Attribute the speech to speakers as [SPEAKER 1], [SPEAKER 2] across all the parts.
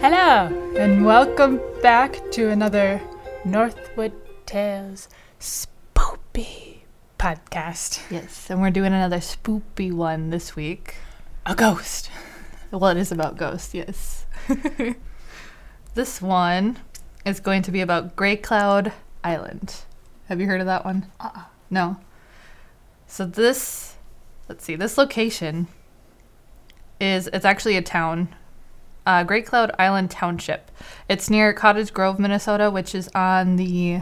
[SPEAKER 1] Hello, and welcome back to another Northwood Tales Spoopy podcast.
[SPEAKER 2] Yes, and we're doing another spoopy one this week.
[SPEAKER 1] A ghost.
[SPEAKER 2] Well, it is about ghosts, yes. this one is going to be about Grey Cloud Island. Have you heard of that one? Uh-uh. No. So this, let's see, this location is, it's actually a town, uh, Great Cloud Island Township. It's near Cottage Grove, Minnesota, which is on the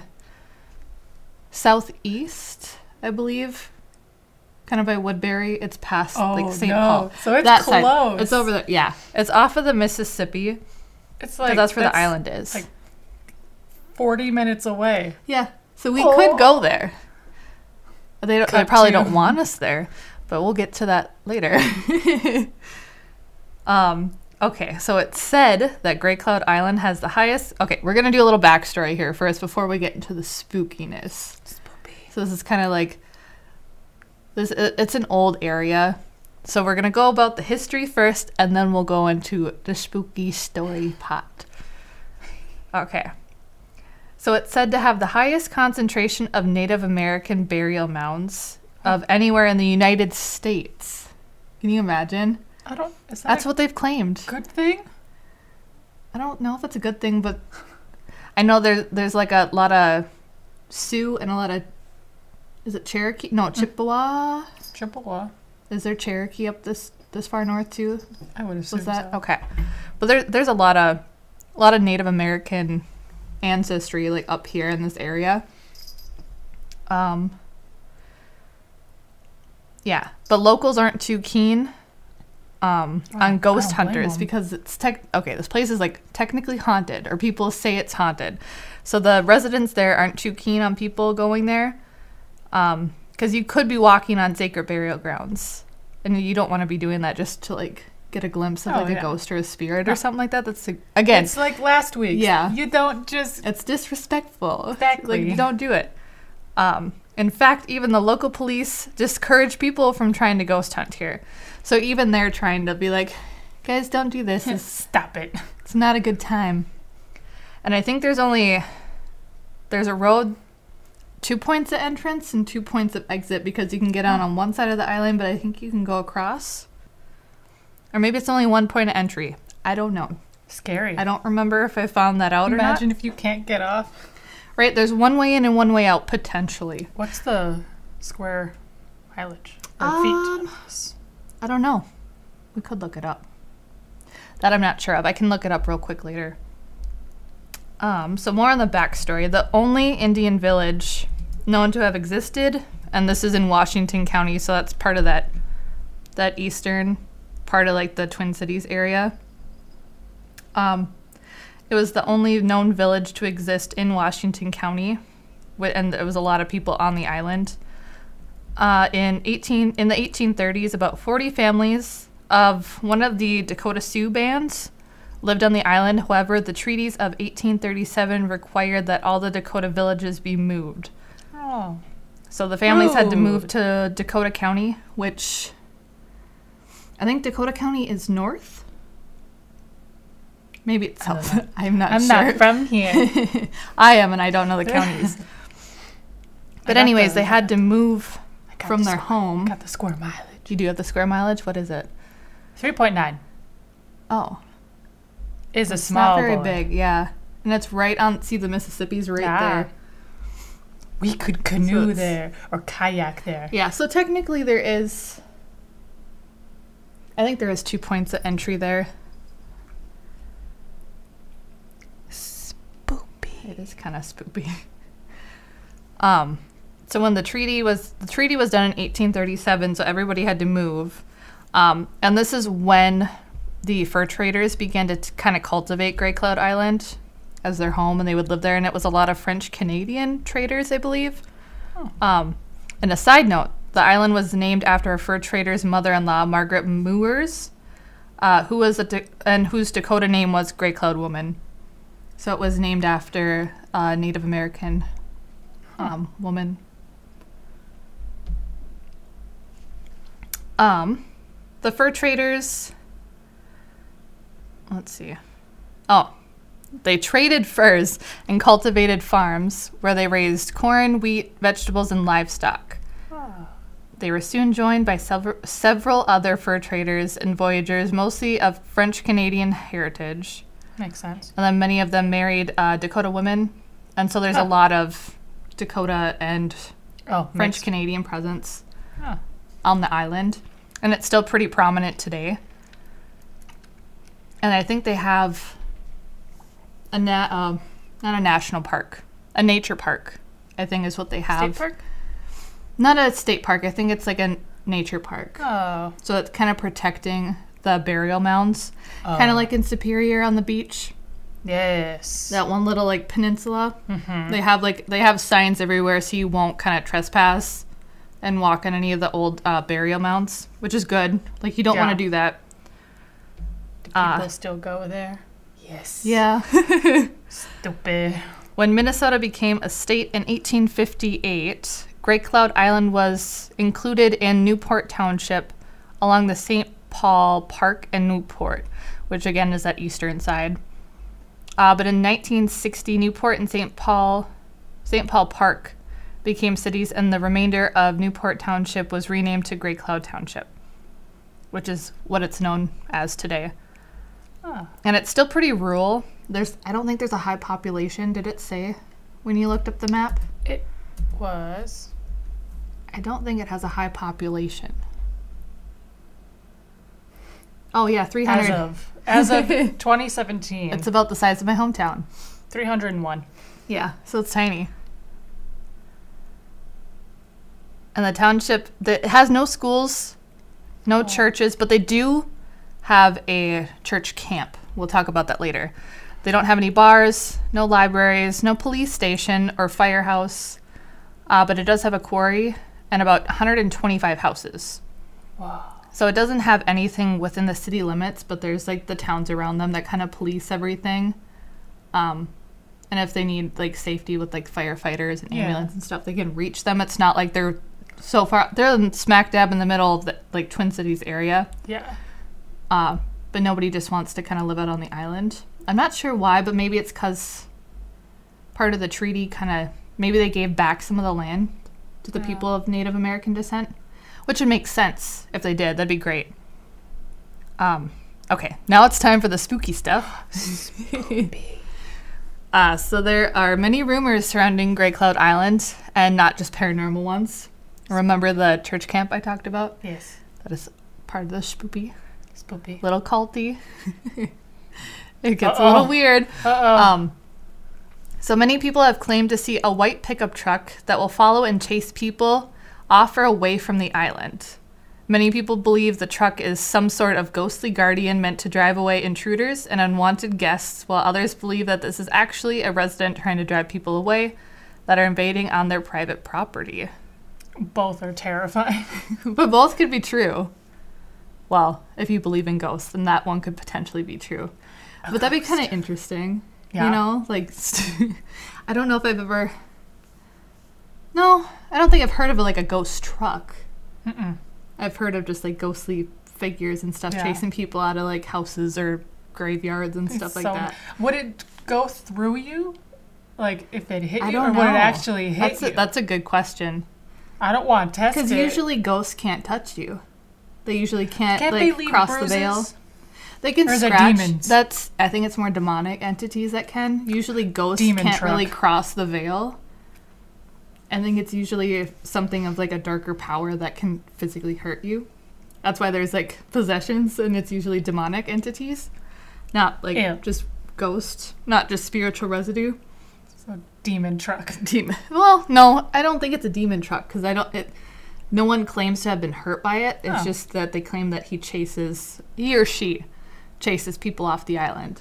[SPEAKER 2] southeast, I believe, kind of by Woodbury. It's past
[SPEAKER 1] Oh,
[SPEAKER 2] like St. Paul.
[SPEAKER 1] So it's
[SPEAKER 2] That side.
[SPEAKER 1] close.
[SPEAKER 2] It's over there. Yeah, it's off of the Mississippi. 'cause
[SPEAKER 1] It's like
[SPEAKER 2] that's where the island is.
[SPEAKER 1] like- 40 minutes away.
[SPEAKER 2] yeah, so we
[SPEAKER 1] Oh.
[SPEAKER 2] could go there. They don't, they
[SPEAKER 1] Could
[SPEAKER 2] probably
[SPEAKER 1] too.
[SPEAKER 2] don't want us there, but we'll get to that later. um. Okay, so it said that Great Cloud Island has the highest. Okay, we're gonna do a little backstory here first before we get into the spookiness.
[SPEAKER 1] Spoopy.
[SPEAKER 2] So this is kind of like this. i- It's an old area, so we're gonna go about the history first, and then we'll go into the spooky story pot. Okay. So it's said to have the highest concentration of Native American burial mounds of anywhere in the United States. Can you imagine?
[SPEAKER 1] I don't. Is that
[SPEAKER 2] That's
[SPEAKER 1] a
[SPEAKER 2] what they've claimed.
[SPEAKER 1] good thing?
[SPEAKER 2] I don't know if that's a good thing, but I know there there's like a lot of Sioux and a lot of is it Cherokee? No, Chippewa.
[SPEAKER 1] Chippewa.
[SPEAKER 2] Is there Cherokee up this this far north too?
[SPEAKER 1] I would assume
[SPEAKER 2] Was that
[SPEAKER 1] so.
[SPEAKER 2] okay? But there there's a lot of a lot of Native American ancestry like up here in this area. Um. Yeah, but locals aren't too keen um,
[SPEAKER 1] I- I
[SPEAKER 2] on ghost
[SPEAKER 1] don't blame
[SPEAKER 2] hunters
[SPEAKER 1] 'em.
[SPEAKER 2] because it's tech. Okay, this place is like technically haunted, or people say it's haunted. So the residents there aren't too keen on people going there because you could be walking on sacred burial grounds, and you don't want to be doing that just to like get a glimpse of
[SPEAKER 1] Oh,
[SPEAKER 2] like
[SPEAKER 1] yeah.
[SPEAKER 2] a ghost or a spirit
[SPEAKER 1] Yeah.
[SPEAKER 2] or something like that. That's like, again,
[SPEAKER 1] It's like last week.
[SPEAKER 2] Yeah.
[SPEAKER 1] You don't just.
[SPEAKER 2] it's disrespectful. Like
[SPEAKER 1] Exactly.
[SPEAKER 2] you don't do it. Um, in fact, even the local police discourage people from trying to ghost hunt here. So even they're trying to be like, guys, don't do this. It's,
[SPEAKER 1] Stop it.
[SPEAKER 2] it's not a good time. And I think there's only there's a road, two points of entrance and two points of exit because you can get on
[SPEAKER 1] Mm.
[SPEAKER 2] on one side of the island, but I think you can go across. Or maybe it's only one point of entry. I don't know.
[SPEAKER 1] Scary.
[SPEAKER 2] I don't remember if I found that out or not.
[SPEAKER 1] Imagine if you can't get off.
[SPEAKER 2] Right, there's one way in and one way out potentially.
[SPEAKER 1] What's the square mileage? Or
[SPEAKER 2] Um,
[SPEAKER 1] feet?
[SPEAKER 2] I don't know. We could look it up. That I'm not sure of. I can look it up real quick later. Um, so more on the backstory. The only Indian village known to have existed, and this is in Washington County, so that's part of that that eastern part of like the Twin Cities area. Um, it was the only known village to exist in Washington County, wi- and there was a lot of people on the island. Uh, in 18 in the 1830s, about 40 families of one of the Dakota Sioux bands lived on the island. However, the treaties of 1837 required that all the Dakota villages be moved.
[SPEAKER 1] Oh.
[SPEAKER 2] So the families had to move
[SPEAKER 1] Rude.
[SPEAKER 2] to Dakota County, which I think Dakota County is north. Maybe it's
[SPEAKER 1] I don't
[SPEAKER 2] south. I'm not
[SPEAKER 1] I'm
[SPEAKER 2] sure.
[SPEAKER 1] not from here.
[SPEAKER 2] I am, and I don't know the counties.
[SPEAKER 1] I
[SPEAKER 2] But
[SPEAKER 1] got
[SPEAKER 2] anyways,
[SPEAKER 1] the-
[SPEAKER 2] they had to move
[SPEAKER 1] I got
[SPEAKER 2] from
[SPEAKER 1] the
[SPEAKER 2] their
[SPEAKER 1] squ-
[SPEAKER 2] home.
[SPEAKER 1] Got the square mileage.
[SPEAKER 2] You do have the square mileage. What is it?
[SPEAKER 1] Three point nine
[SPEAKER 2] Oh,
[SPEAKER 1] is a
[SPEAKER 2] it's not
[SPEAKER 1] small.
[SPEAKER 2] very
[SPEAKER 1] boy.
[SPEAKER 2] big. Yeah, and it's right on. See, the Mississippi's right
[SPEAKER 1] Yeah.
[SPEAKER 2] there.
[SPEAKER 1] We could canoe
[SPEAKER 2] it's-
[SPEAKER 1] there or kayak there.
[SPEAKER 2] Yeah, so technically there is. I think there is two points of entry there. Spoopy. It is kind of spoopy. Um, so when the treaty was the treaty was done in 1837, so everybody had to move, um, and this is when the fur traders began to kind of cultivate Grey Cloud Island as their home, and they would live there. And it was a lot of French Canadian traders, I believe. Um, and a side note, the island was named after a fur trader's mother-in-law, Margaret Moores, uh, who was a Da- and whose Dakota name was Gray Cloud Woman. So it was named after a Native American um, woman. Um, the fur traders. Let's see. Oh, they traded furs and cultivated farms where they raised corn, wheat, vegetables, and livestock. They were soon joined by sever- several other fur traders and voyagers, mostly of French Canadian heritage.
[SPEAKER 1] Makes sense.
[SPEAKER 2] And then many of them married uh, Dakota women. And so there's
[SPEAKER 1] Huh.
[SPEAKER 2] a lot of Dakota and
[SPEAKER 1] Oh,
[SPEAKER 2] French
[SPEAKER 1] mixed.
[SPEAKER 2] Canadian presence
[SPEAKER 1] Huh.
[SPEAKER 2] on the island. And it's still pretty prominent today. And I think they have a na- um not a national park, a nature park, I think is what they have.
[SPEAKER 1] State park.
[SPEAKER 2] Not a state park, I think it's like a n- nature park.
[SPEAKER 1] Oh,
[SPEAKER 2] So it's kind of protecting the burial mounds,
[SPEAKER 1] Oh.
[SPEAKER 2] kind of like in Superior on the beach.
[SPEAKER 1] yes.
[SPEAKER 2] That one little like peninsula. They have like they have signs everywhere, so you won't kind of trespass and walk on any of the old uh, burial mounds, which is good. Like you don't
[SPEAKER 1] Yeah.
[SPEAKER 2] want to do that.
[SPEAKER 1] Do people
[SPEAKER 2] Ah.
[SPEAKER 1] still go there? Yes.
[SPEAKER 2] Yeah.
[SPEAKER 1] Stupid.
[SPEAKER 2] when Minnesota became a state in 1858, Great Cloud Island was included in Newport Township, along the St. Paul Park and Newport, which again is that eastern side. Uh, but in 1960, Newport and St. Paul, St. Paul Park, became cities, and the remainder of Newport Township was renamed to Great Cloud Township, which is what it's known as today.
[SPEAKER 1] Ah.
[SPEAKER 2] And it's still pretty rural. There's, I don't think there's a high population. Did it say when you looked up the map?
[SPEAKER 1] It was.
[SPEAKER 2] I don't think it has a high population. Oh yeah, 300.
[SPEAKER 1] As of as of 2017,
[SPEAKER 2] It's about the size of my hometown.
[SPEAKER 1] 301.
[SPEAKER 2] Yeah, so it's tiny. And the township that has no schools, no
[SPEAKER 1] Oh.
[SPEAKER 2] churches, but they do have a church camp. We'll talk about that later. They don't have any bars, no libraries, no police station or firehouse, uh, but it does have a quarry and about 125 houses.
[SPEAKER 1] Wow.
[SPEAKER 2] So it doesn't have anything within the city limits, but there's like the towns around them that kind of police everything. Um, and if they need like safety with like firefighters and
[SPEAKER 1] Yeah.
[SPEAKER 2] ambulance and stuff, they can reach them. It's not like they're so far; they're in smack dab in the middle of the like Twin Cities area.
[SPEAKER 1] Yeah.
[SPEAKER 2] Uh, but nobody just wants to kind of live out on the island. I'm not sure why, but maybe it's because part of the treaty kind of maybe they gave back some of the land to the
[SPEAKER 1] Yeah.
[SPEAKER 2] people of Native American descent, which would make sense if they did. That'd be great. Um, okay, now it's time for the spooky stuff. Uh, so there are many rumors surrounding Grey Cloud Island, and not just paranormal ones. Remember the church camp I talked about?
[SPEAKER 1] Yes.
[SPEAKER 2] That is part of the spoopy
[SPEAKER 1] Spoopy.
[SPEAKER 2] little culty. it gets a
[SPEAKER 1] Uh-oh.
[SPEAKER 2] little weird.
[SPEAKER 1] Uh
[SPEAKER 2] Um, so many people have claimed to see a white pickup truck that will follow and chase people off or away from the island. Many people believe the truck is some sort of ghostly guardian meant to drive away intruders and unwanted guests, while others believe that this is actually a resident trying to drive people away that are invading on their private property. Um,
[SPEAKER 1] oh. Both are terrifying.
[SPEAKER 2] but both could be true. Well, if you believe in ghosts, then that one could potentially be true. But that'd be kind of interesting.
[SPEAKER 1] Yeah.
[SPEAKER 2] You know, like, st- I don't know if I've ever. No, I don't think I've heard of like a ghost truck.
[SPEAKER 1] Mm-mm.
[SPEAKER 2] I've heard of just like ghostly figures and stuff
[SPEAKER 1] Yeah.
[SPEAKER 2] chasing people out of like houses or graveyards and stuff
[SPEAKER 1] It's
[SPEAKER 2] like
[SPEAKER 1] so-
[SPEAKER 2] that.
[SPEAKER 1] Would it go through you? Like if it hit
[SPEAKER 2] I
[SPEAKER 1] you,
[SPEAKER 2] don't
[SPEAKER 1] or would it
[SPEAKER 2] know.
[SPEAKER 1] actually hit
[SPEAKER 2] That's
[SPEAKER 1] you?
[SPEAKER 2] a, that's a good question.
[SPEAKER 1] I don't want to test
[SPEAKER 2] Because
[SPEAKER 1] it.
[SPEAKER 2] usually ghosts can't touch you. They usually can't,
[SPEAKER 1] can't
[SPEAKER 2] like
[SPEAKER 1] they leave
[SPEAKER 2] cross
[SPEAKER 1] bruises?
[SPEAKER 2] the veil. They can
[SPEAKER 1] Or is it
[SPEAKER 2] scratch.
[SPEAKER 1] demons?
[SPEAKER 2] That's I think it's more demonic entities that can. Usually ghosts
[SPEAKER 1] Demon
[SPEAKER 2] can't
[SPEAKER 1] truck.
[SPEAKER 2] really cross the veil. I think it's usually something of like a darker power that can physically hurt you. That's why there's like possessions and it's usually demonic entities. Not like
[SPEAKER 1] Yeah.
[SPEAKER 2] just ghosts, not just spiritual residue.
[SPEAKER 1] So demon truck.
[SPEAKER 2] Demon. Well, no, I don't think it's a demon truck because I don't. It, no one claims to have been hurt by it. It's
[SPEAKER 1] Oh.
[SPEAKER 2] just that they claim that he chases he or she chases people off the island.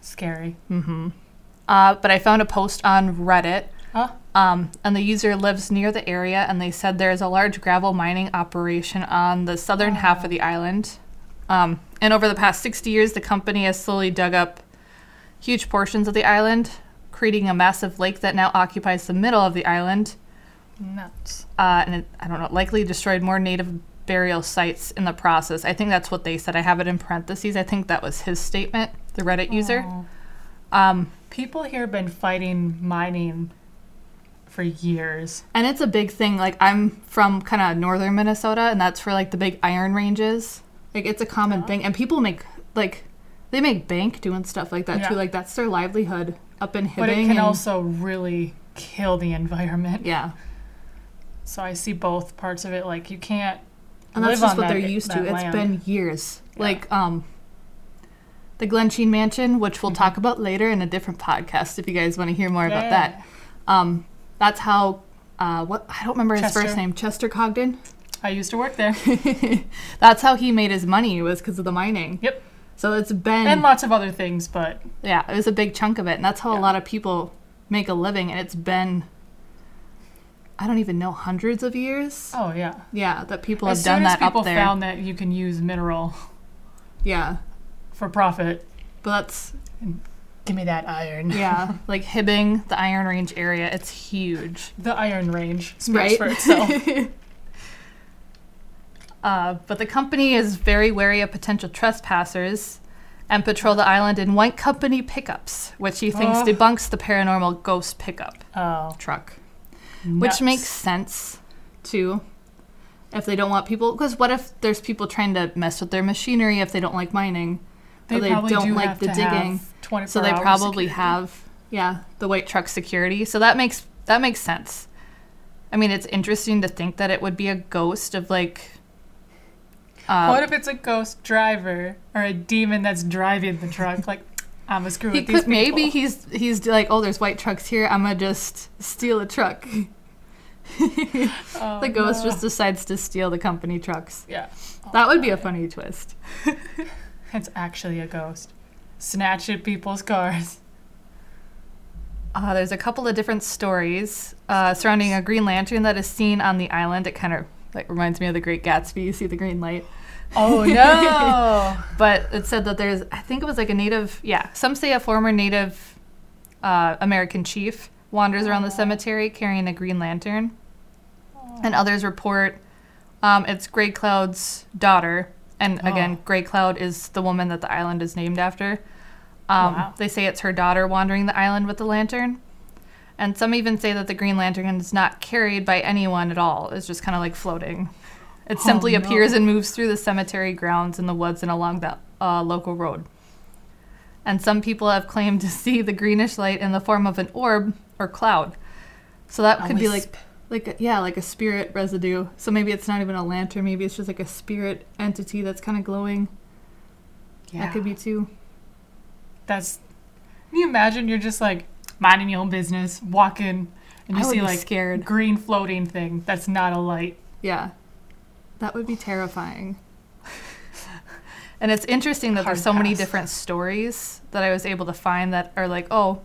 [SPEAKER 1] Scary.
[SPEAKER 2] Uh, but I found a post on Reddit,
[SPEAKER 1] Huh?
[SPEAKER 2] um, and the user lives near the area, and they said there is a large gravel mining operation on the southern half of the island. Um, and over the past 60 years, the company has slowly dug up huge portions of the island, creating a massive lake that now occupies the middle of the island.
[SPEAKER 1] Nuts.
[SPEAKER 2] uh, and it, I don't know, likely destroyed more native burial sites in the process. I think that's what they said. I have it in parentheses. I think that was his statement, the Reddit user.
[SPEAKER 1] Oh.
[SPEAKER 2] Um,
[SPEAKER 1] People here have been fighting mining for years.
[SPEAKER 2] and it's a big thing. Like I'm from kind of northern Minnesota, and that's where like the big iron ranges. Like it's a common thing, and people make like they make bank doing stuff like that
[SPEAKER 1] Yeah.
[SPEAKER 2] too. Like that's their livelihood up in Hibbing.
[SPEAKER 1] But it can
[SPEAKER 2] and-
[SPEAKER 1] also really kill the environment.
[SPEAKER 2] yeah,
[SPEAKER 1] So I see both parts of it. Like you can't.
[SPEAKER 2] and that's
[SPEAKER 1] live
[SPEAKER 2] just
[SPEAKER 1] on
[SPEAKER 2] what
[SPEAKER 1] that-
[SPEAKER 2] they're used to.
[SPEAKER 1] that
[SPEAKER 2] It's
[SPEAKER 1] land.
[SPEAKER 2] been years.
[SPEAKER 1] Yeah.
[SPEAKER 2] Like um, the Glensheen Mansion, which
[SPEAKER 1] Mm-hmm.
[SPEAKER 2] we'll talk about later in a different podcast, if you guys want to hear more about that. Um, that's how. Uh, what I don't remember his
[SPEAKER 1] Chester.
[SPEAKER 2] first name, Chester Cogden.
[SPEAKER 1] I used to work there,
[SPEAKER 2] that's how he made his money was because of the mining.
[SPEAKER 1] Yep.
[SPEAKER 2] So it's been
[SPEAKER 1] and lots of other things, but
[SPEAKER 2] yeah, it was a big chunk of it, and that's how a
[SPEAKER 1] Yeah.
[SPEAKER 2] lot of people make a living. And it's been I don't even know hundreds of years.
[SPEAKER 1] oh yeah.
[SPEAKER 2] Yeah, that people
[SPEAKER 1] as
[SPEAKER 2] have done
[SPEAKER 1] soon
[SPEAKER 2] that
[SPEAKER 1] as people
[SPEAKER 2] up there.
[SPEAKER 1] found that you can use mineral
[SPEAKER 2] yeah,
[SPEAKER 1] for profit,
[SPEAKER 2] but that's
[SPEAKER 1] give me that iron.
[SPEAKER 2] yeah, like Hibbing, the Iron Range area, it's huge.
[SPEAKER 1] The iron range
[SPEAKER 2] Right.
[SPEAKER 1] speaks for itself.
[SPEAKER 2] Uh, but the company is very wary of potential trespassers and patrol the island in white company pickups, which he thinks
[SPEAKER 1] Oh.
[SPEAKER 2] debunks the paranormal ghost pickup
[SPEAKER 1] oh,
[SPEAKER 2] truck, which makes sense too. If they don't want people, because what if there's people trying to mess with their machinery if they don't like mining, or they
[SPEAKER 1] probably
[SPEAKER 2] don't
[SPEAKER 1] do
[SPEAKER 2] like
[SPEAKER 1] have
[SPEAKER 2] the
[SPEAKER 1] to
[SPEAKER 2] digging,
[SPEAKER 1] have 24
[SPEAKER 2] so they
[SPEAKER 1] hours
[SPEAKER 2] probably
[SPEAKER 1] security.
[SPEAKER 2] have yeah the white truck security. So that makes that makes sense. I mean, it's interesting to think that it would be a ghost of like. Uh,
[SPEAKER 1] what if it's a ghost driver or a demon that's driving the truck? Like, I'm a screw
[SPEAKER 2] he
[SPEAKER 1] with these
[SPEAKER 2] could maybe
[SPEAKER 1] people.
[SPEAKER 2] he's he's like oh there's white trucks here i'm gonna just steal a truck
[SPEAKER 1] Oh,
[SPEAKER 2] the ghost
[SPEAKER 1] no.
[SPEAKER 2] just decides to steal the company trucks
[SPEAKER 1] yeah. Oh,
[SPEAKER 2] that would be a
[SPEAKER 1] God.
[SPEAKER 2] funny twist
[SPEAKER 1] It's actually a ghost. Snatch at people's cars.
[SPEAKER 2] uh, there's a couple of different stories uh, surrounding a green lantern that is seen on the island it kind of like reminds me of the great gatsby you see the green light
[SPEAKER 1] Oh no!
[SPEAKER 2] but it said that there's i think it was like a native yeah some say a former native uh, american chief wanders around the
[SPEAKER 1] Aw.
[SPEAKER 2] cemetery carrying a green lantern and others report um, it's gray cloud's daughter and again
[SPEAKER 1] Oh.
[SPEAKER 2] gray cloud is the woman that the island is named after um,
[SPEAKER 1] Wow.
[SPEAKER 2] they say it's her daughter wandering the island with the lantern and some even say that the green lantern is not carried by anyone at all it's just kind of like floating it
[SPEAKER 1] Oh,
[SPEAKER 2] simply
[SPEAKER 1] no.
[SPEAKER 2] appears and moves through the cemetery grounds in the woods and along the uh, local road. And some people have claimed to see the greenish light in the form of an orb or cloud. So that
[SPEAKER 1] A
[SPEAKER 2] could be
[SPEAKER 1] wisp.
[SPEAKER 2] like, like a, yeah, like a spirit residue. So maybe it's not even a lantern. Maybe it's just like a spirit entity that's kind of glowing. That could be too.
[SPEAKER 1] That's. Can you imagine? You're just like minding your own business, walking, and
[SPEAKER 2] I
[SPEAKER 1] you
[SPEAKER 2] would
[SPEAKER 1] see
[SPEAKER 2] be
[SPEAKER 1] like
[SPEAKER 2] scared.
[SPEAKER 1] green floating thing that's not a light.
[SPEAKER 2] Yeah, that would be terrifying. and it's interesting that there's
[SPEAKER 1] Hard
[SPEAKER 2] so many
[SPEAKER 1] pass.
[SPEAKER 2] different stories that I was able to find that are like, oh,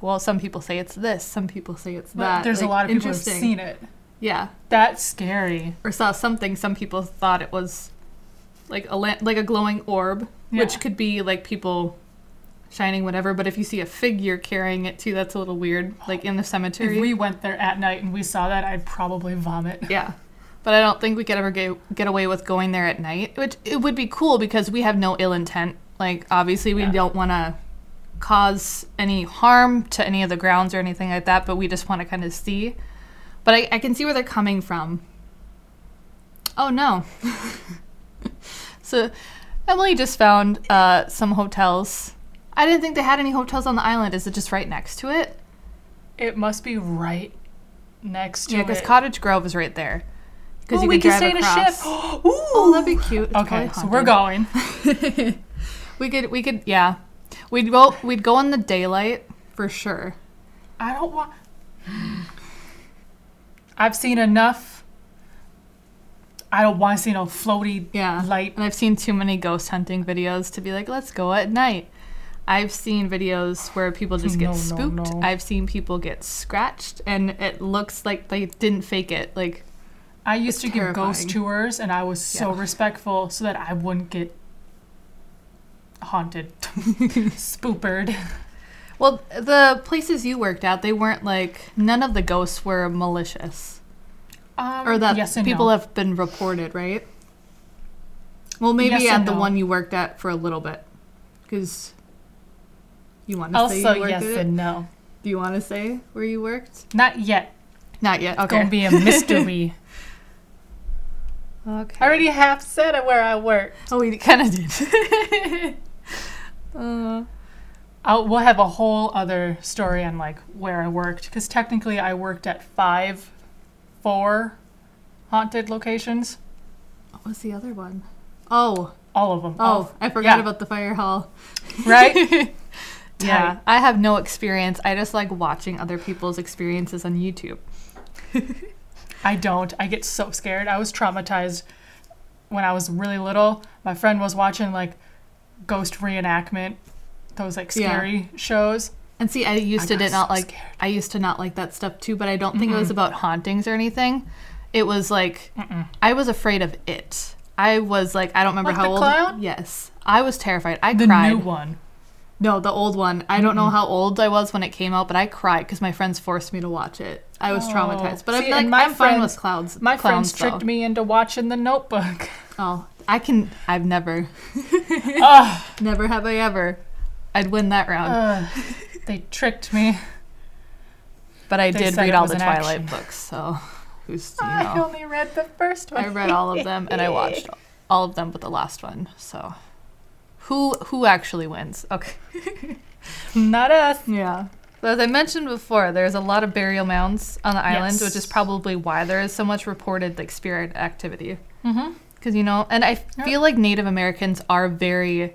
[SPEAKER 2] well, some people say it's this, some people say it's
[SPEAKER 1] Well,
[SPEAKER 2] that.
[SPEAKER 1] There's
[SPEAKER 2] like,
[SPEAKER 1] a lot of people who've
[SPEAKER 2] interesting.
[SPEAKER 1] seen it.
[SPEAKER 2] Yeah,
[SPEAKER 1] That's scary.
[SPEAKER 2] or saw something. Some people thought it was like a lan- like a glowing orb,
[SPEAKER 1] Yeah.
[SPEAKER 2] which could be like people shining whatever. But if you see a figure carrying it too, that's a little weird. Like in the cemetery.
[SPEAKER 1] If we went there at night and we saw that, I'd probably vomit.
[SPEAKER 2] Yeah. But I don't think we could ever get, get away with going there at night, which it would be cool because we have no ill intent. Like, obviously, we
[SPEAKER 1] Yeah.
[SPEAKER 2] don't want to cause any harm to any of the grounds or anything like that, but we just want to kind of see. But I, I can see where they're coming from. Oh, no. so, Emily just found uh, some hotels. I didn't think they had any hotels on the island. Is it just right next to it?
[SPEAKER 1] It must be right next to
[SPEAKER 2] Yeah,
[SPEAKER 1] it.
[SPEAKER 2] because Cottage Grove is right there. Because
[SPEAKER 1] Oh,
[SPEAKER 2] you
[SPEAKER 1] we
[SPEAKER 2] could
[SPEAKER 1] can
[SPEAKER 2] drive
[SPEAKER 1] stay in a ship.
[SPEAKER 2] across.
[SPEAKER 1] Ooh.
[SPEAKER 2] Oh, that'd be cute. It's
[SPEAKER 1] okay,
[SPEAKER 2] probably
[SPEAKER 1] so we're
[SPEAKER 2] haunted.
[SPEAKER 1] going.
[SPEAKER 2] We could, we could, yeah. We'd go, we'd go in the daylight for sure.
[SPEAKER 1] I don't want. I've seen enough. I don't want to see no floaty
[SPEAKER 2] Yeah.
[SPEAKER 1] light.
[SPEAKER 2] And I've seen too many ghost hunting videos to be like, let's go at night. I've seen videos where people just get
[SPEAKER 1] No, no,
[SPEAKER 2] spooked.
[SPEAKER 1] no.
[SPEAKER 2] I've seen people get scratched, and it looks like they didn't fake it. Like,
[SPEAKER 1] I used to give ghost
[SPEAKER 2] terrifying.
[SPEAKER 1] tours, and I was so
[SPEAKER 2] Yeah.
[SPEAKER 1] respectful so that I wouldn't get haunted, spoopered.
[SPEAKER 2] well, the places you worked at, they weren't like none of the ghosts were malicious,
[SPEAKER 1] Um,
[SPEAKER 2] or that
[SPEAKER 1] yes and
[SPEAKER 2] people
[SPEAKER 1] no.
[SPEAKER 2] have been reported, right? Well, maybe
[SPEAKER 1] Yes
[SPEAKER 2] at
[SPEAKER 1] and
[SPEAKER 2] the
[SPEAKER 1] no.
[SPEAKER 2] one you worked at for a little bit, because you want to
[SPEAKER 1] Also,
[SPEAKER 2] say you worked
[SPEAKER 1] yes
[SPEAKER 2] at it?
[SPEAKER 1] and no.
[SPEAKER 2] Do you want to say where you worked?
[SPEAKER 1] Not yet.
[SPEAKER 2] Not yet. Okay.
[SPEAKER 1] Gonna be a mystery.
[SPEAKER 2] okay.
[SPEAKER 1] I already half said it where I work.
[SPEAKER 2] Oh, we kind of did. uh,
[SPEAKER 1] I'll, we'll have a whole other story on like where I worked because technically I worked at five, four haunted locations.
[SPEAKER 2] what was the other one? Oh,
[SPEAKER 1] All of them.
[SPEAKER 2] oh, I forgot
[SPEAKER 1] yeah.
[SPEAKER 2] about the fire hall.
[SPEAKER 1] right?
[SPEAKER 2] Yeah,
[SPEAKER 1] Tight.
[SPEAKER 2] I have no experience. I just like watching other people's experiences on YouTube.
[SPEAKER 1] I don't. I get so scared. I was traumatized when I was really little. My friend was watching like ghost reenactment, those like
[SPEAKER 2] Yeah.
[SPEAKER 1] scary shows.
[SPEAKER 2] And see, I used
[SPEAKER 1] I
[SPEAKER 2] to
[SPEAKER 1] got
[SPEAKER 2] did not
[SPEAKER 1] so
[SPEAKER 2] like.
[SPEAKER 1] scared.
[SPEAKER 2] I used to not like that stuff too, but I don't think it was about hauntings or anything. It was like I was afraid of it. I was like, I don't remember
[SPEAKER 1] Like
[SPEAKER 2] how
[SPEAKER 1] the
[SPEAKER 2] old.
[SPEAKER 1] clown?
[SPEAKER 2] Yes, I was terrified. I
[SPEAKER 1] The
[SPEAKER 2] cried.
[SPEAKER 1] new one.
[SPEAKER 2] No, the old one. I don't know how old I was when it came out, but I cried because my friends forced me to watch it. I was
[SPEAKER 1] Oh.
[SPEAKER 2] traumatized, but
[SPEAKER 1] See,
[SPEAKER 2] I'm
[SPEAKER 1] and
[SPEAKER 2] like,
[SPEAKER 1] my
[SPEAKER 2] I'm fine with
[SPEAKER 1] friends-
[SPEAKER 2] clouds.
[SPEAKER 1] My friends
[SPEAKER 2] clowns,
[SPEAKER 1] friend tricked
[SPEAKER 2] though.
[SPEAKER 1] me into watching The Notebook.
[SPEAKER 2] Oh, I can. I've never,
[SPEAKER 1] Ugh.
[SPEAKER 2] never have I ever. I'd win that round,
[SPEAKER 1] Ugh. they tricked me.
[SPEAKER 2] but I
[SPEAKER 1] they
[SPEAKER 2] did
[SPEAKER 1] said
[SPEAKER 2] read
[SPEAKER 1] it
[SPEAKER 2] all
[SPEAKER 1] was
[SPEAKER 2] the
[SPEAKER 1] an
[SPEAKER 2] Twilight
[SPEAKER 1] action.
[SPEAKER 2] books, so who's you know.
[SPEAKER 1] I only read the first one.
[SPEAKER 2] I read all of them and I watched all of them but the last one. So who who actually wins? Okay.
[SPEAKER 1] Not us.
[SPEAKER 2] Yeah. So as I mentioned before, there's a lot of burial mounds on the island, which is
[SPEAKER 1] Yes.
[SPEAKER 2] probably why there is so much reported like spirit activity.
[SPEAKER 1] Mm-hmm.
[SPEAKER 2] Cuz you know, and I
[SPEAKER 1] Yeah.
[SPEAKER 2] feel like Native Americans are very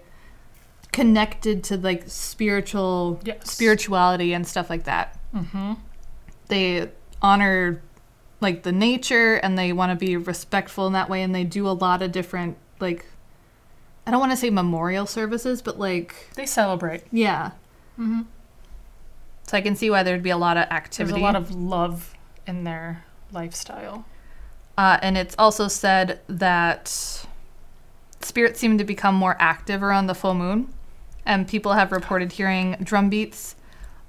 [SPEAKER 2] connected to like spiritual
[SPEAKER 1] Yes.
[SPEAKER 2] spirituality and stuff like that.
[SPEAKER 1] Mm-hmm.
[SPEAKER 2] they honor like the nature and they want to be respectful in that way and they do a lot of different like I don't want to say memorial services but like
[SPEAKER 1] They celebrate.
[SPEAKER 2] yeah
[SPEAKER 1] Mm-hmm.
[SPEAKER 2] so I can see why there'd be a lot of
[SPEAKER 1] There's
[SPEAKER 2] activity
[SPEAKER 1] a lot of love in their lifestyle.
[SPEAKER 2] uh, and it's also said that spirits seem to become more active around the full moon and people have reported hearing drum beats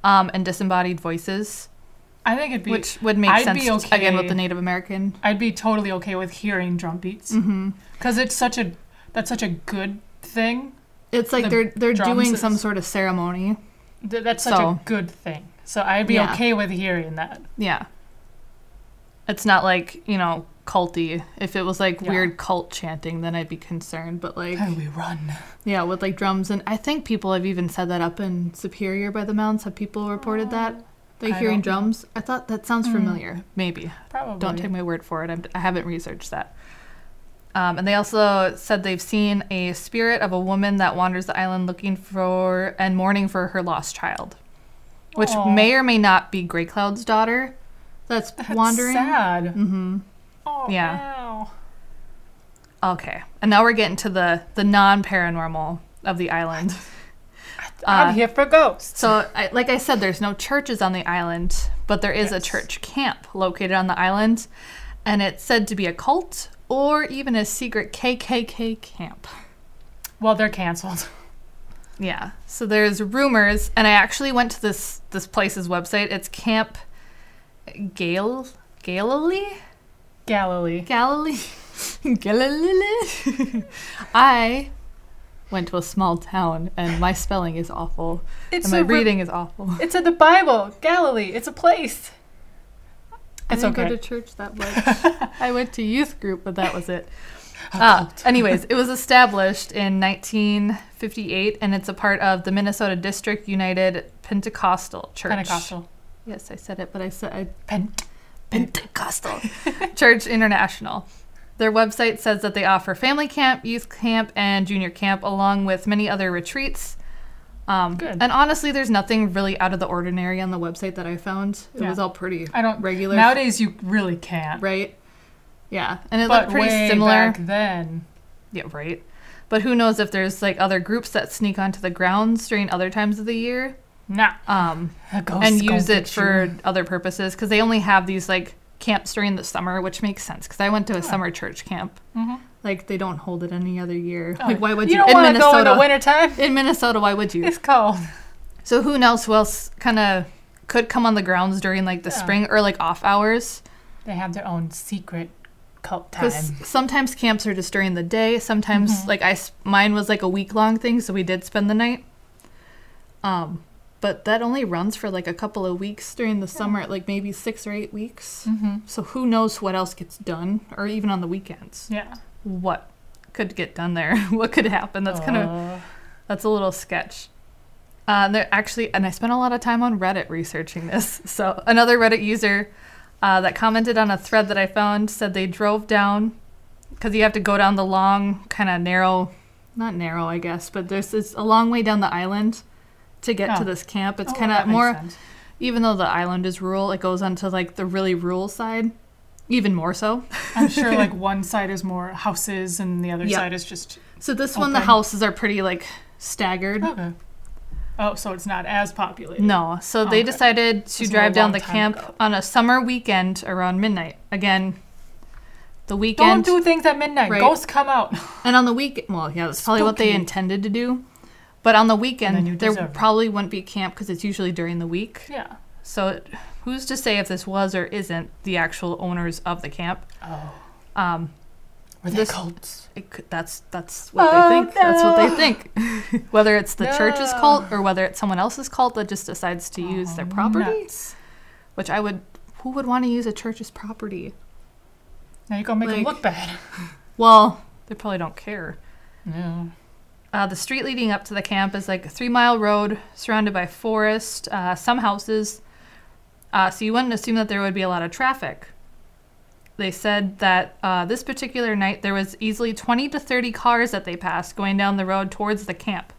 [SPEAKER 2] um, and disembodied voices
[SPEAKER 1] I think it'd be.
[SPEAKER 2] which would make
[SPEAKER 1] I'd
[SPEAKER 2] sense
[SPEAKER 1] be
[SPEAKER 2] again with
[SPEAKER 1] okay-
[SPEAKER 2] the Native American
[SPEAKER 1] I'd be totally okay with hearing drum beats
[SPEAKER 2] mm-hmm.
[SPEAKER 1] because it's such a that's such a good thing.
[SPEAKER 2] it's like
[SPEAKER 1] The
[SPEAKER 2] they're they're
[SPEAKER 1] drums
[SPEAKER 2] doing
[SPEAKER 1] is-
[SPEAKER 2] some sort of ceremony
[SPEAKER 1] Th- that's such
[SPEAKER 2] So-
[SPEAKER 1] a good thing. So I'd be
[SPEAKER 2] Yeah.
[SPEAKER 1] okay with hearing that.
[SPEAKER 2] Yeah. It's not like, you know, culty. If it was like
[SPEAKER 1] Yeah.
[SPEAKER 2] weird cult chanting, then I'd be concerned. But like,
[SPEAKER 1] And we run.
[SPEAKER 2] yeah, with like drums and I think people have even said that up in Superior by the Mounds. Have people reported that? Like
[SPEAKER 1] I
[SPEAKER 2] hearing
[SPEAKER 1] don't know.
[SPEAKER 2] drums? Uh, I Hmm. thought that sounds
[SPEAKER 1] Mm.
[SPEAKER 2] familiar. Maybe.
[SPEAKER 1] Probably.
[SPEAKER 2] Don't take my word for it. I'm, I haven't researched that. Um, and they also said they've seen a spirit of a woman that wanders the island looking for and mourning for her lost child, which
[SPEAKER 1] Aw.
[SPEAKER 2] may or may not be Grey Cloud's daughter. That's,
[SPEAKER 1] That's
[SPEAKER 2] wandering.
[SPEAKER 1] Sad.
[SPEAKER 2] Mm-hmm.
[SPEAKER 1] Oh
[SPEAKER 2] Yeah.
[SPEAKER 1] wow.
[SPEAKER 2] Okay, and now we're getting to the the non paranormal of the island. Uh,
[SPEAKER 1] I'm here for ghosts.
[SPEAKER 2] So, I, like I said, there's no churches on the island, but there is a
[SPEAKER 1] Yes.
[SPEAKER 2] church camp located on the island, and it's said to be a cult or even a secret KKK camp.
[SPEAKER 1] Well, they're canceled.
[SPEAKER 2] Yeah. So there's rumors, and I actually went to this this place's website. It's Camp Gale Galilee.
[SPEAKER 1] Galilee.
[SPEAKER 2] Galilee. Galilee. I went to a small town and my spelling is awful.
[SPEAKER 1] It's
[SPEAKER 2] and my
[SPEAKER 1] a re-
[SPEAKER 2] reading is awful.
[SPEAKER 1] It's in the Bible. Galilee. It's a place.
[SPEAKER 2] I
[SPEAKER 1] It's
[SPEAKER 2] didn't
[SPEAKER 1] okay.
[SPEAKER 2] go to church that much. I went to youth group, but that was it. Uh, anyways, it was established in 1958 and it's a part of the Minnesota District United Pentecostal Church.
[SPEAKER 1] Pentecostal.
[SPEAKER 2] Yes, I said it, but I said I
[SPEAKER 1] Pen-
[SPEAKER 2] Pentecostal Church International. Their website says that they offer family camp, youth camp, and junior camp, along with many other retreats. Um,
[SPEAKER 1] Good.
[SPEAKER 2] And honestly, there's nothing really out of the ordinary on the website that I found. It
[SPEAKER 1] Yeah.
[SPEAKER 2] was all pretty
[SPEAKER 1] I don't.
[SPEAKER 2] regular,
[SPEAKER 1] Nowadays, you really can't.
[SPEAKER 2] right? Yeah, and it
[SPEAKER 1] but
[SPEAKER 2] looked pretty
[SPEAKER 1] way
[SPEAKER 2] similar.
[SPEAKER 1] back then,
[SPEAKER 2] Yeah, right. But who knows if there's like other groups that sneak onto the grounds during other times of the year?
[SPEAKER 1] nah.
[SPEAKER 2] Um,
[SPEAKER 1] A ghost
[SPEAKER 2] and
[SPEAKER 1] gonna
[SPEAKER 2] use it
[SPEAKER 1] get
[SPEAKER 2] for
[SPEAKER 1] you.
[SPEAKER 2] other purposes because they only have these like camps during the summer, which makes sense because I went to a summer church camp.
[SPEAKER 1] Mhm.
[SPEAKER 2] Mm-hmm. Like they don't hold it any other year.
[SPEAKER 1] Oh,
[SPEAKER 2] like why would you?
[SPEAKER 1] you don't
[SPEAKER 2] in
[SPEAKER 1] want to go
[SPEAKER 2] Minnesota?
[SPEAKER 1] in the wintertime?
[SPEAKER 2] in Minnesota, why would you?
[SPEAKER 1] It's cold.
[SPEAKER 2] So who knows who else kind of could come on the grounds during like the
[SPEAKER 1] Yeah.
[SPEAKER 2] spring or like off hours?
[SPEAKER 1] They have their own secret cult time.
[SPEAKER 2] Because sometimes camps are just during the day. Sometimes, like I, s- mine was like a week long thing, so we did spend the night. Um, but that only runs for like a couple of weeks during the summer, like maybe six or eight weeks.
[SPEAKER 1] Mhm.
[SPEAKER 2] So who knows what else gets done, or even on the weekends,
[SPEAKER 1] Yeah.
[SPEAKER 2] what could get done there? what could happen? That's kind of
[SPEAKER 1] Uh,
[SPEAKER 2] that's a little sketch. Uh, there actually, and I spent a lot of time on Reddit researching this. So another Reddit user uh, that commented on a thread that I found said they drove down because you have to go down the long, kind of narrow, not narrow, I guess, but there's this a long way down the island to get to
[SPEAKER 1] Oh.
[SPEAKER 2] this camp. It's
[SPEAKER 1] oh,
[SPEAKER 2] kind
[SPEAKER 1] that
[SPEAKER 2] of
[SPEAKER 1] makes
[SPEAKER 2] more,
[SPEAKER 1] sense.
[SPEAKER 2] even though the island is rural, it goes onto like the really rural side, even more so.
[SPEAKER 1] I'm sure like one side is more houses and the other
[SPEAKER 2] Yeah.
[SPEAKER 1] side is just
[SPEAKER 2] So this one, the
[SPEAKER 1] Open.
[SPEAKER 2] houses are pretty like staggered.
[SPEAKER 1] okay. Oh, so it's not as populated.
[SPEAKER 2] No, so they
[SPEAKER 1] Okay.
[SPEAKER 2] decided to
[SPEAKER 1] was a
[SPEAKER 2] drive down
[SPEAKER 1] long
[SPEAKER 2] the
[SPEAKER 1] time
[SPEAKER 2] camp
[SPEAKER 1] ago.
[SPEAKER 2] on a summer weekend around midnight. Again, the
[SPEAKER 1] Don't
[SPEAKER 2] weekend
[SPEAKER 1] do things at midnight.
[SPEAKER 2] Right.
[SPEAKER 1] Ghosts come out.
[SPEAKER 2] and on the week. Well, yeah, that's probably what they
[SPEAKER 1] Spooky.
[SPEAKER 2] intended to do, but on the
[SPEAKER 1] then you
[SPEAKER 2] weekend there
[SPEAKER 1] deserve it.
[SPEAKER 2] probably wouldn't be camp because it's usually during the week.
[SPEAKER 1] yeah.
[SPEAKER 2] So it- who's to say if this was or isn't the actual owners of the camp?
[SPEAKER 1] Oh.
[SPEAKER 2] Um,
[SPEAKER 1] Were they
[SPEAKER 2] This-
[SPEAKER 1] cults?
[SPEAKER 2] it could, that's that's what they
[SPEAKER 1] Oh,
[SPEAKER 2] think. That's what
[SPEAKER 1] no.
[SPEAKER 2] they think. whether it's the church's
[SPEAKER 1] No.
[SPEAKER 2] cult or whether it's someone else's cult that just decides to use their
[SPEAKER 1] Oh,
[SPEAKER 2] property.
[SPEAKER 1] nuts.
[SPEAKER 2] Which I would. Who would want to use a church's property?
[SPEAKER 1] Now you're gonna make them
[SPEAKER 2] Like-
[SPEAKER 1] look bad.
[SPEAKER 2] Well, they probably don't care.
[SPEAKER 1] No.
[SPEAKER 2] Uh, the street leading up to the camp is like a three mile road surrounded by forest, uh, some houses. Uh, so you wouldn't assume that there would be a lot of traffic. They said that uh, this particular night there was easily 20 to 30 cars that they passed going down the road towards the camp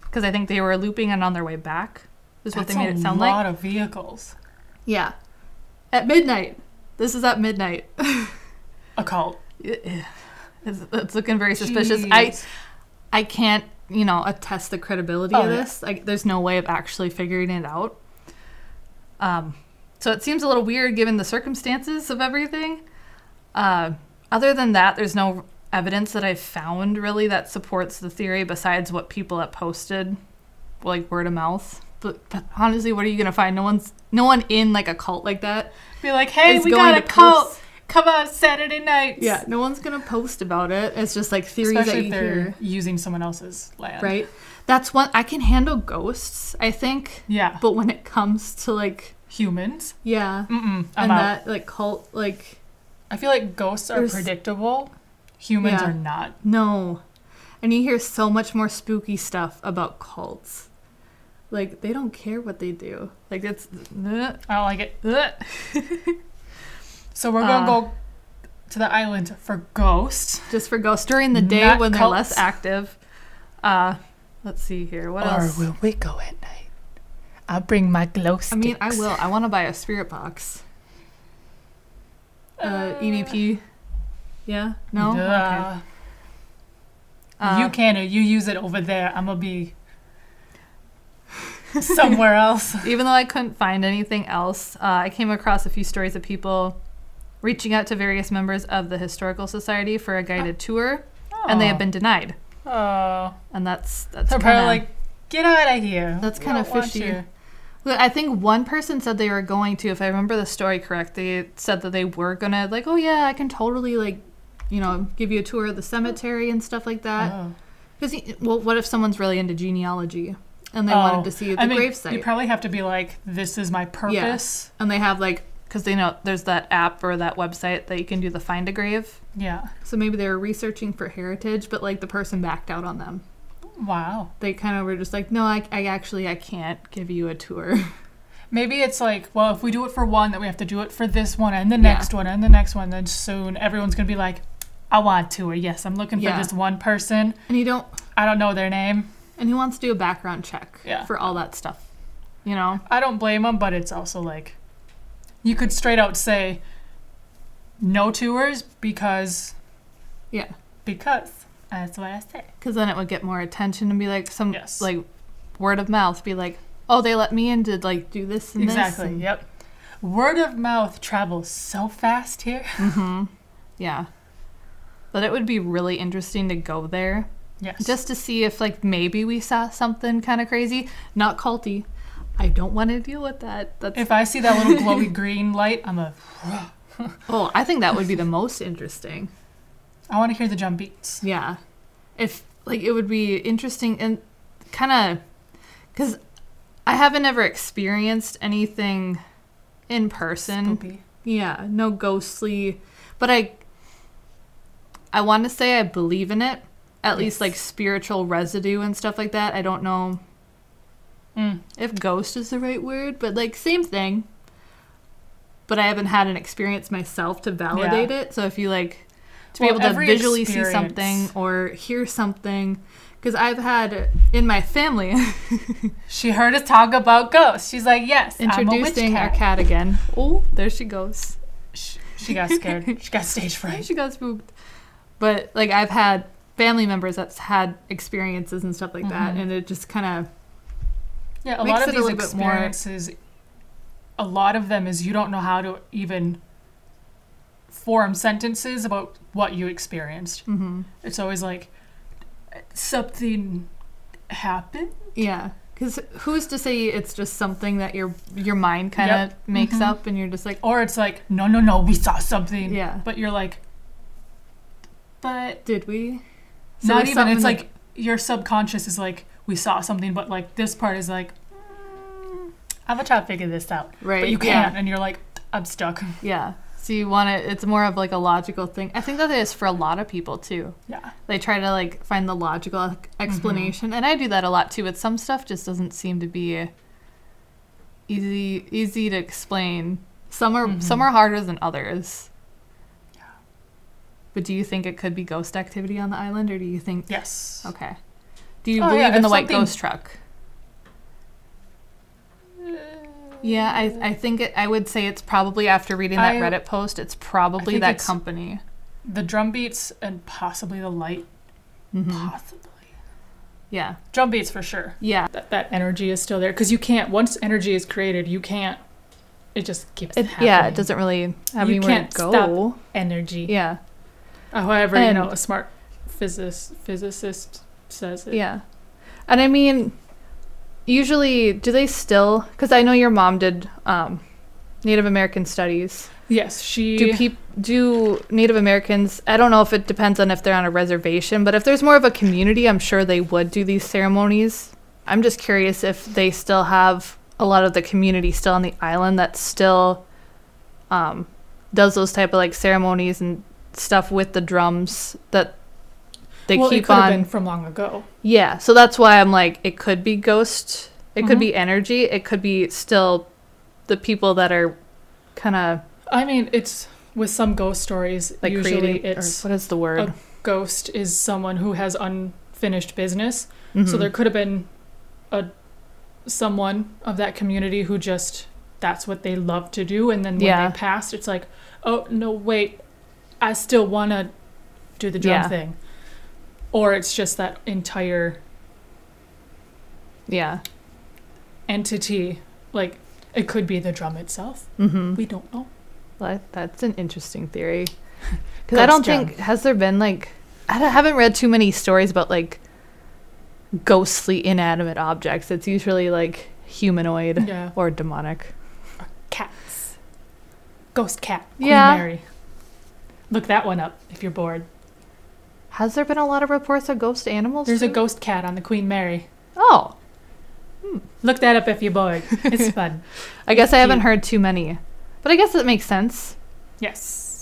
[SPEAKER 2] because I think they were looping and on their way back. Is what
[SPEAKER 1] That's
[SPEAKER 2] they made it sound
[SPEAKER 1] a lot
[SPEAKER 2] like.
[SPEAKER 1] of vehicles.
[SPEAKER 2] Yeah, at midnight. This is at midnight.
[SPEAKER 1] A cult.
[SPEAKER 2] it's, it's looking very suspicious. I
[SPEAKER 1] Jeez.
[SPEAKER 2] I can't, you know, attest the credibility
[SPEAKER 1] Oh,
[SPEAKER 2] of
[SPEAKER 1] yeah.
[SPEAKER 2] this. Like, there's no way of actually figuring it out. Um, so it seems a little weird given the circumstances of everything. Uh, other than that, there's no evidence that I've found really that supports the theory besides what people have posted, like word of mouth. But, but honestly, what are you gonna find? No one's, no one in like a cult like that
[SPEAKER 1] Be like, hey,
[SPEAKER 2] is
[SPEAKER 1] we
[SPEAKER 2] going
[SPEAKER 1] got a
[SPEAKER 2] to
[SPEAKER 1] cult.
[SPEAKER 2] post-
[SPEAKER 1] Come on, Saturday nights.
[SPEAKER 2] Yeah, no one's gonna post about it. It's just like theories
[SPEAKER 1] Especially
[SPEAKER 2] that
[SPEAKER 1] if
[SPEAKER 2] you
[SPEAKER 1] they're
[SPEAKER 2] hear,
[SPEAKER 1] using someone else's land.
[SPEAKER 2] right? That's one I can handle ghosts. I think,
[SPEAKER 1] Yeah.
[SPEAKER 2] but when it comes to like,
[SPEAKER 1] Humans.
[SPEAKER 2] yeah,
[SPEAKER 1] Mm-mm. I'm
[SPEAKER 2] and
[SPEAKER 1] out.
[SPEAKER 2] that like cult, like
[SPEAKER 1] I feel like ghosts are
[SPEAKER 2] There's-
[SPEAKER 1] predictable. Humans
[SPEAKER 2] Yeah.
[SPEAKER 1] are not.
[SPEAKER 2] no, and you hear so much more spooky stuff about cults. Like they don't care what they do. Like it's
[SPEAKER 1] I don't like it. So we're gonna
[SPEAKER 2] Uh,
[SPEAKER 1] go to the island for ghosts.
[SPEAKER 2] just for ghosts during the day
[SPEAKER 1] Not
[SPEAKER 2] when they're
[SPEAKER 1] cults.
[SPEAKER 2] less active. Uh, let's see here. What else?
[SPEAKER 1] will we go at night? I'll bring my glow
[SPEAKER 2] I mean, I will. I want to buy a spirit box. Uh, EVP. Yeah. No. Okay. Uh,
[SPEAKER 1] you can or you use it over there. I'm gonna be somewhere else.
[SPEAKER 2] even though I couldn't find anything else, uh, I came across a few stories of people reaching out to various members of the historical society for a guided tour, and they have been denied.
[SPEAKER 1] Oh,
[SPEAKER 2] And that's that's
[SPEAKER 1] they're
[SPEAKER 2] kind
[SPEAKER 1] probably
[SPEAKER 2] of
[SPEAKER 1] like, get out of here.
[SPEAKER 2] That's
[SPEAKER 1] We
[SPEAKER 2] kinda
[SPEAKER 1] don't want
[SPEAKER 2] fishy.
[SPEAKER 1] you."
[SPEAKER 2] I think one person said they were going to, if I remember the story correct, they said that they were gonna like, oh yeah, I can totally like, you know, give you a tour of the cemetery and stuff like that.
[SPEAKER 1] Oh.
[SPEAKER 2] Because well, what if someone's really into genealogy and they
[SPEAKER 1] Oh.
[SPEAKER 2] wanted to see the
[SPEAKER 1] I mean,
[SPEAKER 2] gravesite?
[SPEAKER 1] you probably have to be like, this is my purpose.
[SPEAKER 2] and they have like because they know there's that app or that website that you can do the find a grave
[SPEAKER 1] Yeah.
[SPEAKER 2] so maybe they were researching for heritage but like the person backed out on them
[SPEAKER 1] Wow.
[SPEAKER 2] they kind of were just like no I, I actually i can't give you a tour
[SPEAKER 1] Maybe it's like, well, if we do it for one, then we have to do it for this one and the
[SPEAKER 2] Yeah.
[SPEAKER 1] next one and the next one. Then soon everyone's going to be like, I want to, or yes, I'm looking
[SPEAKER 2] Yeah.
[SPEAKER 1] for this one person.
[SPEAKER 2] and you don't
[SPEAKER 1] I don't know their name.
[SPEAKER 2] and who wants to do a background check
[SPEAKER 1] Yeah.
[SPEAKER 2] for all that stuff you know
[SPEAKER 1] I don't blame them, but it's also like, you could straight out say, no tours because,
[SPEAKER 2] yeah
[SPEAKER 1] because. That's what I say.
[SPEAKER 2] because then it would get more attention and be like some
[SPEAKER 1] Yes.
[SPEAKER 2] like word of mouth be like oh they let me in to like do this and
[SPEAKER 1] exactly.
[SPEAKER 2] this and,
[SPEAKER 1] Yep. Word of mouth travels so fast here.
[SPEAKER 2] yeah but it would be really interesting to go there
[SPEAKER 1] Yes.
[SPEAKER 2] just to see if like maybe we saw something kind of crazy not culty i don't want to deal with that that's
[SPEAKER 1] if I see that little glowy green light, I'm a.
[SPEAKER 2] Oh, I think that would be the most interesting.
[SPEAKER 1] I want to hear the drum beats.
[SPEAKER 2] Yeah. If like it would be interesting and kind of cuz I haven't ever experienced anything in person.
[SPEAKER 1] Spoopy.
[SPEAKER 2] Yeah, no ghostly, but I I want to say I believe in it. At least
[SPEAKER 1] Yes.
[SPEAKER 2] like spiritual residue and stuff like that. I don't know
[SPEAKER 1] Mm.
[SPEAKER 2] if ghost is the right word, but like same thing. But I haven't had an experience myself to validate it. So if you like to
[SPEAKER 1] Well,
[SPEAKER 2] be able to
[SPEAKER 1] every
[SPEAKER 2] visually see
[SPEAKER 1] experience-
[SPEAKER 2] something or hear something, because I've had in my family
[SPEAKER 1] She heard us talk about ghosts. She's like, yes,
[SPEAKER 2] introducing
[SPEAKER 1] I'm a
[SPEAKER 2] our
[SPEAKER 1] witch cat.
[SPEAKER 2] cat again. Oh, there she goes.
[SPEAKER 1] Sh She got scared. she got stage fright.
[SPEAKER 2] She got spooked. But like I've had family members that's had experiences and stuff like that,
[SPEAKER 1] Mhm.
[SPEAKER 2] and it just kind of
[SPEAKER 1] Yeah, a
[SPEAKER 2] Makes
[SPEAKER 1] lot
[SPEAKER 2] it
[SPEAKER 1] of
[SPEAKER 2] a
[SPEAKER 1] these
[SPEAKER 2] little bit more-
[SPEAKER 1] experiences, a lot of them is you don't know how to even form sentences about what you experienced. It's always like something happened.
[SPEAKER 2] yeah. Because who's to say it's just something that your your mind kind of
[SPEAKER 1] Yep. Mm-hmm.
[SPEAKER 2] makes up, and you're just like,
[SPEAKER 1] Or it's like, no, no, no, we saw something.
[SPEAKER 2] Yeah.
[SPEAKER 1] But you're like, but
[SPEAKER 2] did we?
[SPEAKER 1] not
[SPEAKER 2] there's
[SPEAKER 1] even. It's
[SPEAKER 2] something
[SPEAKER 1] like,
[SPEAKER 2] that-
[SPEAKER 1] your subconscious is like, we saw something, but like this part is like, mm, Avatar figured this out.
[SPEAKER 2] right,
[SPEAKER 1] But you
[SPEAKER 2] yeah,
[SPEAKER 1] can't, and you're like, I'm stuck.
[SPEAKER 2] yeah. So you want to? It's more of like a logical thing. I think that is for a lot of people too.
[SPEAKER 1] Yeah.
[SPEAKER 2] They try to like find the logical ex-
[SPEAKER 1] Mm-hmm.
[SPEAKER 2] explanation, and I do that a lot too. But some stuff just doesn't seem to be easy easy to explain. Some are
[SPEAKER 1] Mm-hmm.
[SPEAKER 2] some are harder than others. But do you think it could be ghost activity on the island, or do you think?
[SPEAKER 1] Yes.
[SPEAKER 2] Okay. Do you
[SPEAKER 1] Oh, yeah,
[SPEAKER 2] believe in the
[SPEAKER 1] if
[SPEAKER 2] white
[SPEAKER 1] something-
[SPEAKER 2] ghost truck? Yeah, I, I think it, I would say it's probably after reading that
[SPEAKER 1] I-
[SPEAKER 2] Reddit post, it's probably
[SPEAKER 1] think
[SPEAKER 2] that
[SPEAKER 1] it's-
[SPEAKER 2] company.
[SPEAKER 1] The drum beats and possibly the light. Mm-hmm.
[SPEAKER 2] Mhm.
[SPEAKER 1] Possibly.
[SPEAKER 2] Yeah,
[SPEAKER 1] Drum beats for sure.
[SPEAKER 2] yeah.
[SPEAKER 1] That, that energy is still there because you can't. Once energy is created, you can't. It just keeps
[SPEAKER 2] It,
[SPEAKER 1] happening.
[SPEAKER 2] yeah, it doesn't really have
[SPEAKER 1] You
[SPEAKER 2] anywhere
[SPEAKER 1] can't
[SPEAKER 2] to go.
[SPEAKER 1] stop. energy.
[SPEAKER 2] Yeah,
[SPEAKER 1] Uh, However,
[SPEAKER 2] And-
[SPEAKER 1] you know, a smart physis, physicist says it.
[SPEAKER 2] yeah. And I mean, usually, do they still? Because I know your mom did um, Native American studies.
[SPEAKER 1] Yes, she.
[SPEAKER 2] Do peop, do Native Americans? I don't know if it depends on if they're on a reservation, but if there's more of a community, I'm sure they would do these ceremonies. I'm just curious if they still have a lot of the community still on the island that still um, does those type of like ceremonies and stuff with the drums that they
[SPEAKER 1] well, it
[SPEAKER 2] keep
[SPEAKER 1] could have
[SPEAKER 2] on
[SPEAKER 1] been from long ago.
[SPEAKER 2] Yeah, so that's why I'm like, it could be ghost, it could
[SPEAKER 1] Mhm.
[SPEAKER 2] be energy, it could be still the people that are kind of
[SPEAKER 1] I mean, it's with some ghost stories.
[SPEAKER 2] like
[SPEAKER 1] usually,
[SPEAKER 2] creating.
[SPEAKER 1] it's Oh,
[SPEAKER 2] or what is the word?
[SPEAKER 1] a- ghost is someone who has unfinished business. So
[SPEAKER 2] Mhm.
[SPEAKER 1] there could have been a someone of that community who just that's what they love to do and then when
[SPEAKER 2] Yeah.
[SPEAKER 1] they passed it's like, "Oh, no, wait. I still want to do the drum
[SPEAKER 2] Yeah.
[SPEAKER 1] thing." Or it's just that entire
[SPEAKER 2] yeah,
[SPEAKER 1] entity like it could be the drum itself. We don't know.
[SPEAKER 2] Well, that's an interesting theory. Because I don't
[SPEAKER 1] Ghost drum.
[SPEAKER 2] think has there been like I don't- haven't read too many stories about like ghostly inanimate objects. It's usually like humanoid
[SPEAKER 1] Yeah.
[SPEAKER 2] or demonic.
[SPEAKER 1] Cats. Ghost cat. Queen
[SPEAKER 2] Yeah.
[SPEAKER 1] Mary. Look that one up if you're bored.
[SPEAKER 2] Has there been a lot of reports of ghost animals?
[SPEAKER 1] There's a
[SPEAKER 2] too?
[SPEAKER 1] ghost cat on the Queen Mary.
[SPEAKER 2] Oh,
[SPEAKER 1] Look that up if you're bored. It's fun.
[SPEAKER 2] I guess I haven't
[SPEAKER 1] Cute.
[SPEAKER 2] heard too many, but I guess it makes sense.
[SPEAKER 1] yes.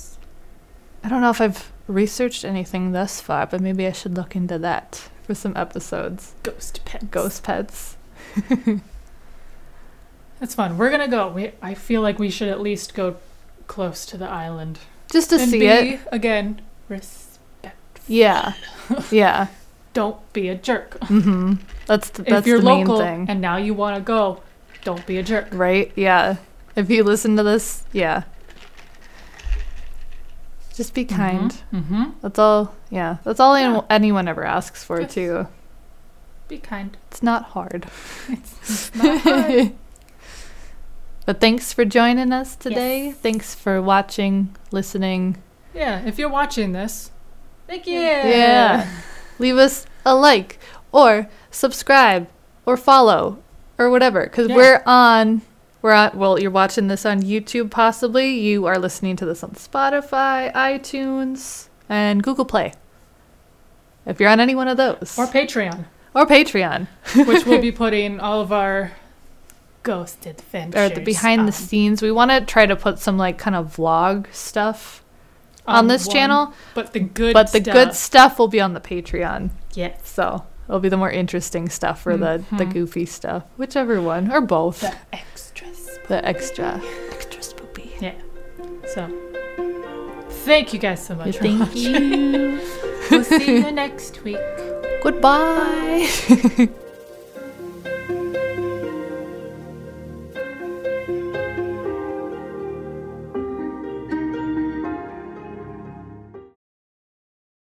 [SPEAKER 2] I don't know if I've researched anything thus far, but maybe I should look into that for some episodes.
[SPEAKER 1] ghost pets.
[SPEAKER 2] Ghost pets.
[SPEAKER 1] That's fun. We're gonna go. We, I feel like we should at least go close to the island
[SPEAKER 2] Just to
[SPEAKER 1] and
[SPEAKER 2] see
[SPEAKER 1] be
[SPEAKER 2] it.
[SPEAKER 1] again. Res-
[SPEAKER 2] Yeah. Yeah.
[SPEAKER 1] don't be a jerk.
[SPEAKER 2] hmm That's th- that's
[SPEAKER 1] if you're
[SPEAKER 2] the
[SPEAKER 1] local
[SPEAKER 2] main thing.
[SPEAKER 1] and now you want to go, don't be a jerk.
[SPEAKER 2] right? Yeah. If you listen to this, yeah. Just be kind.
[SPEAKER 1] Mm-hmm.
[SPEAKER 2] That's all. Yeah. That's all
[SPEAKER 1] Yeah.
[SPEAKER 2] anyone anyone ever asks for
[SPEAKER 1] Yes.
[SPEAKER 2] too.
[SPEAKER 1] Be kind.
[SPEAKER 2] It's not hard.
[SPEAKER 1] Not hard.
[SPEAKER 2] But thanks for joining us today.
[SPEAKER 1] Yes.
[SPEAKER 2] Thanks for watching, listening.
[SPEAKER 1] yeah. If you're watching this, thank you.
[SPEAKER 2] Leave us a like or subscribe or follow or whatever cuz
[SPEAKER 1] Yeah.
[SPEAKER 2] we're on We're at, well, you're watching this on YouTube, possibly. You are listening to this on Spotify, iTunes, and Google Play. If you're on any one of those,
[SPEAKER 1] Or Patreon,
[SPEAKER 2] Or Patreon,
[SPEAKER 1] which we'll be putting all of our ghost adventures.
[SPEAKER 2] or the behind the
[SPEAKER 1] on.
[SPEAKER 2] scenes, we want to try to put some like kind of vlog stuff on,
[SPEAKER 1] on
[SPEAKER 2] this
[SPEAKER 1] one,
[SPEAKER 2] channel.
[SPEAKER 1] But the good
[SPEAKER 2] but the
[SPEAKER 1] stuff.
[SPEAKER 2] good stuff will be on the Patreon.
[SPEAKER 1] Yes.
[SPEAKER 2] So it'll be the more interesting stuff or the, the
[SPEAKER 1] Mhm.
[SPEAKER 2] goofy stuff, whichever one, or both.
[SPEAKER 1] The extras.
[SPEAKER 2] the extra. Extra spoopy.
[SPEAKER 1] So, thank you guys so much. for
[SPEAKER 2] Thank
[SPEAKER 1] watching.
[SPEAKER 2] you.
[SPEAKER 1] we'll see you next week.
[SPEAKER 2] Goodbye.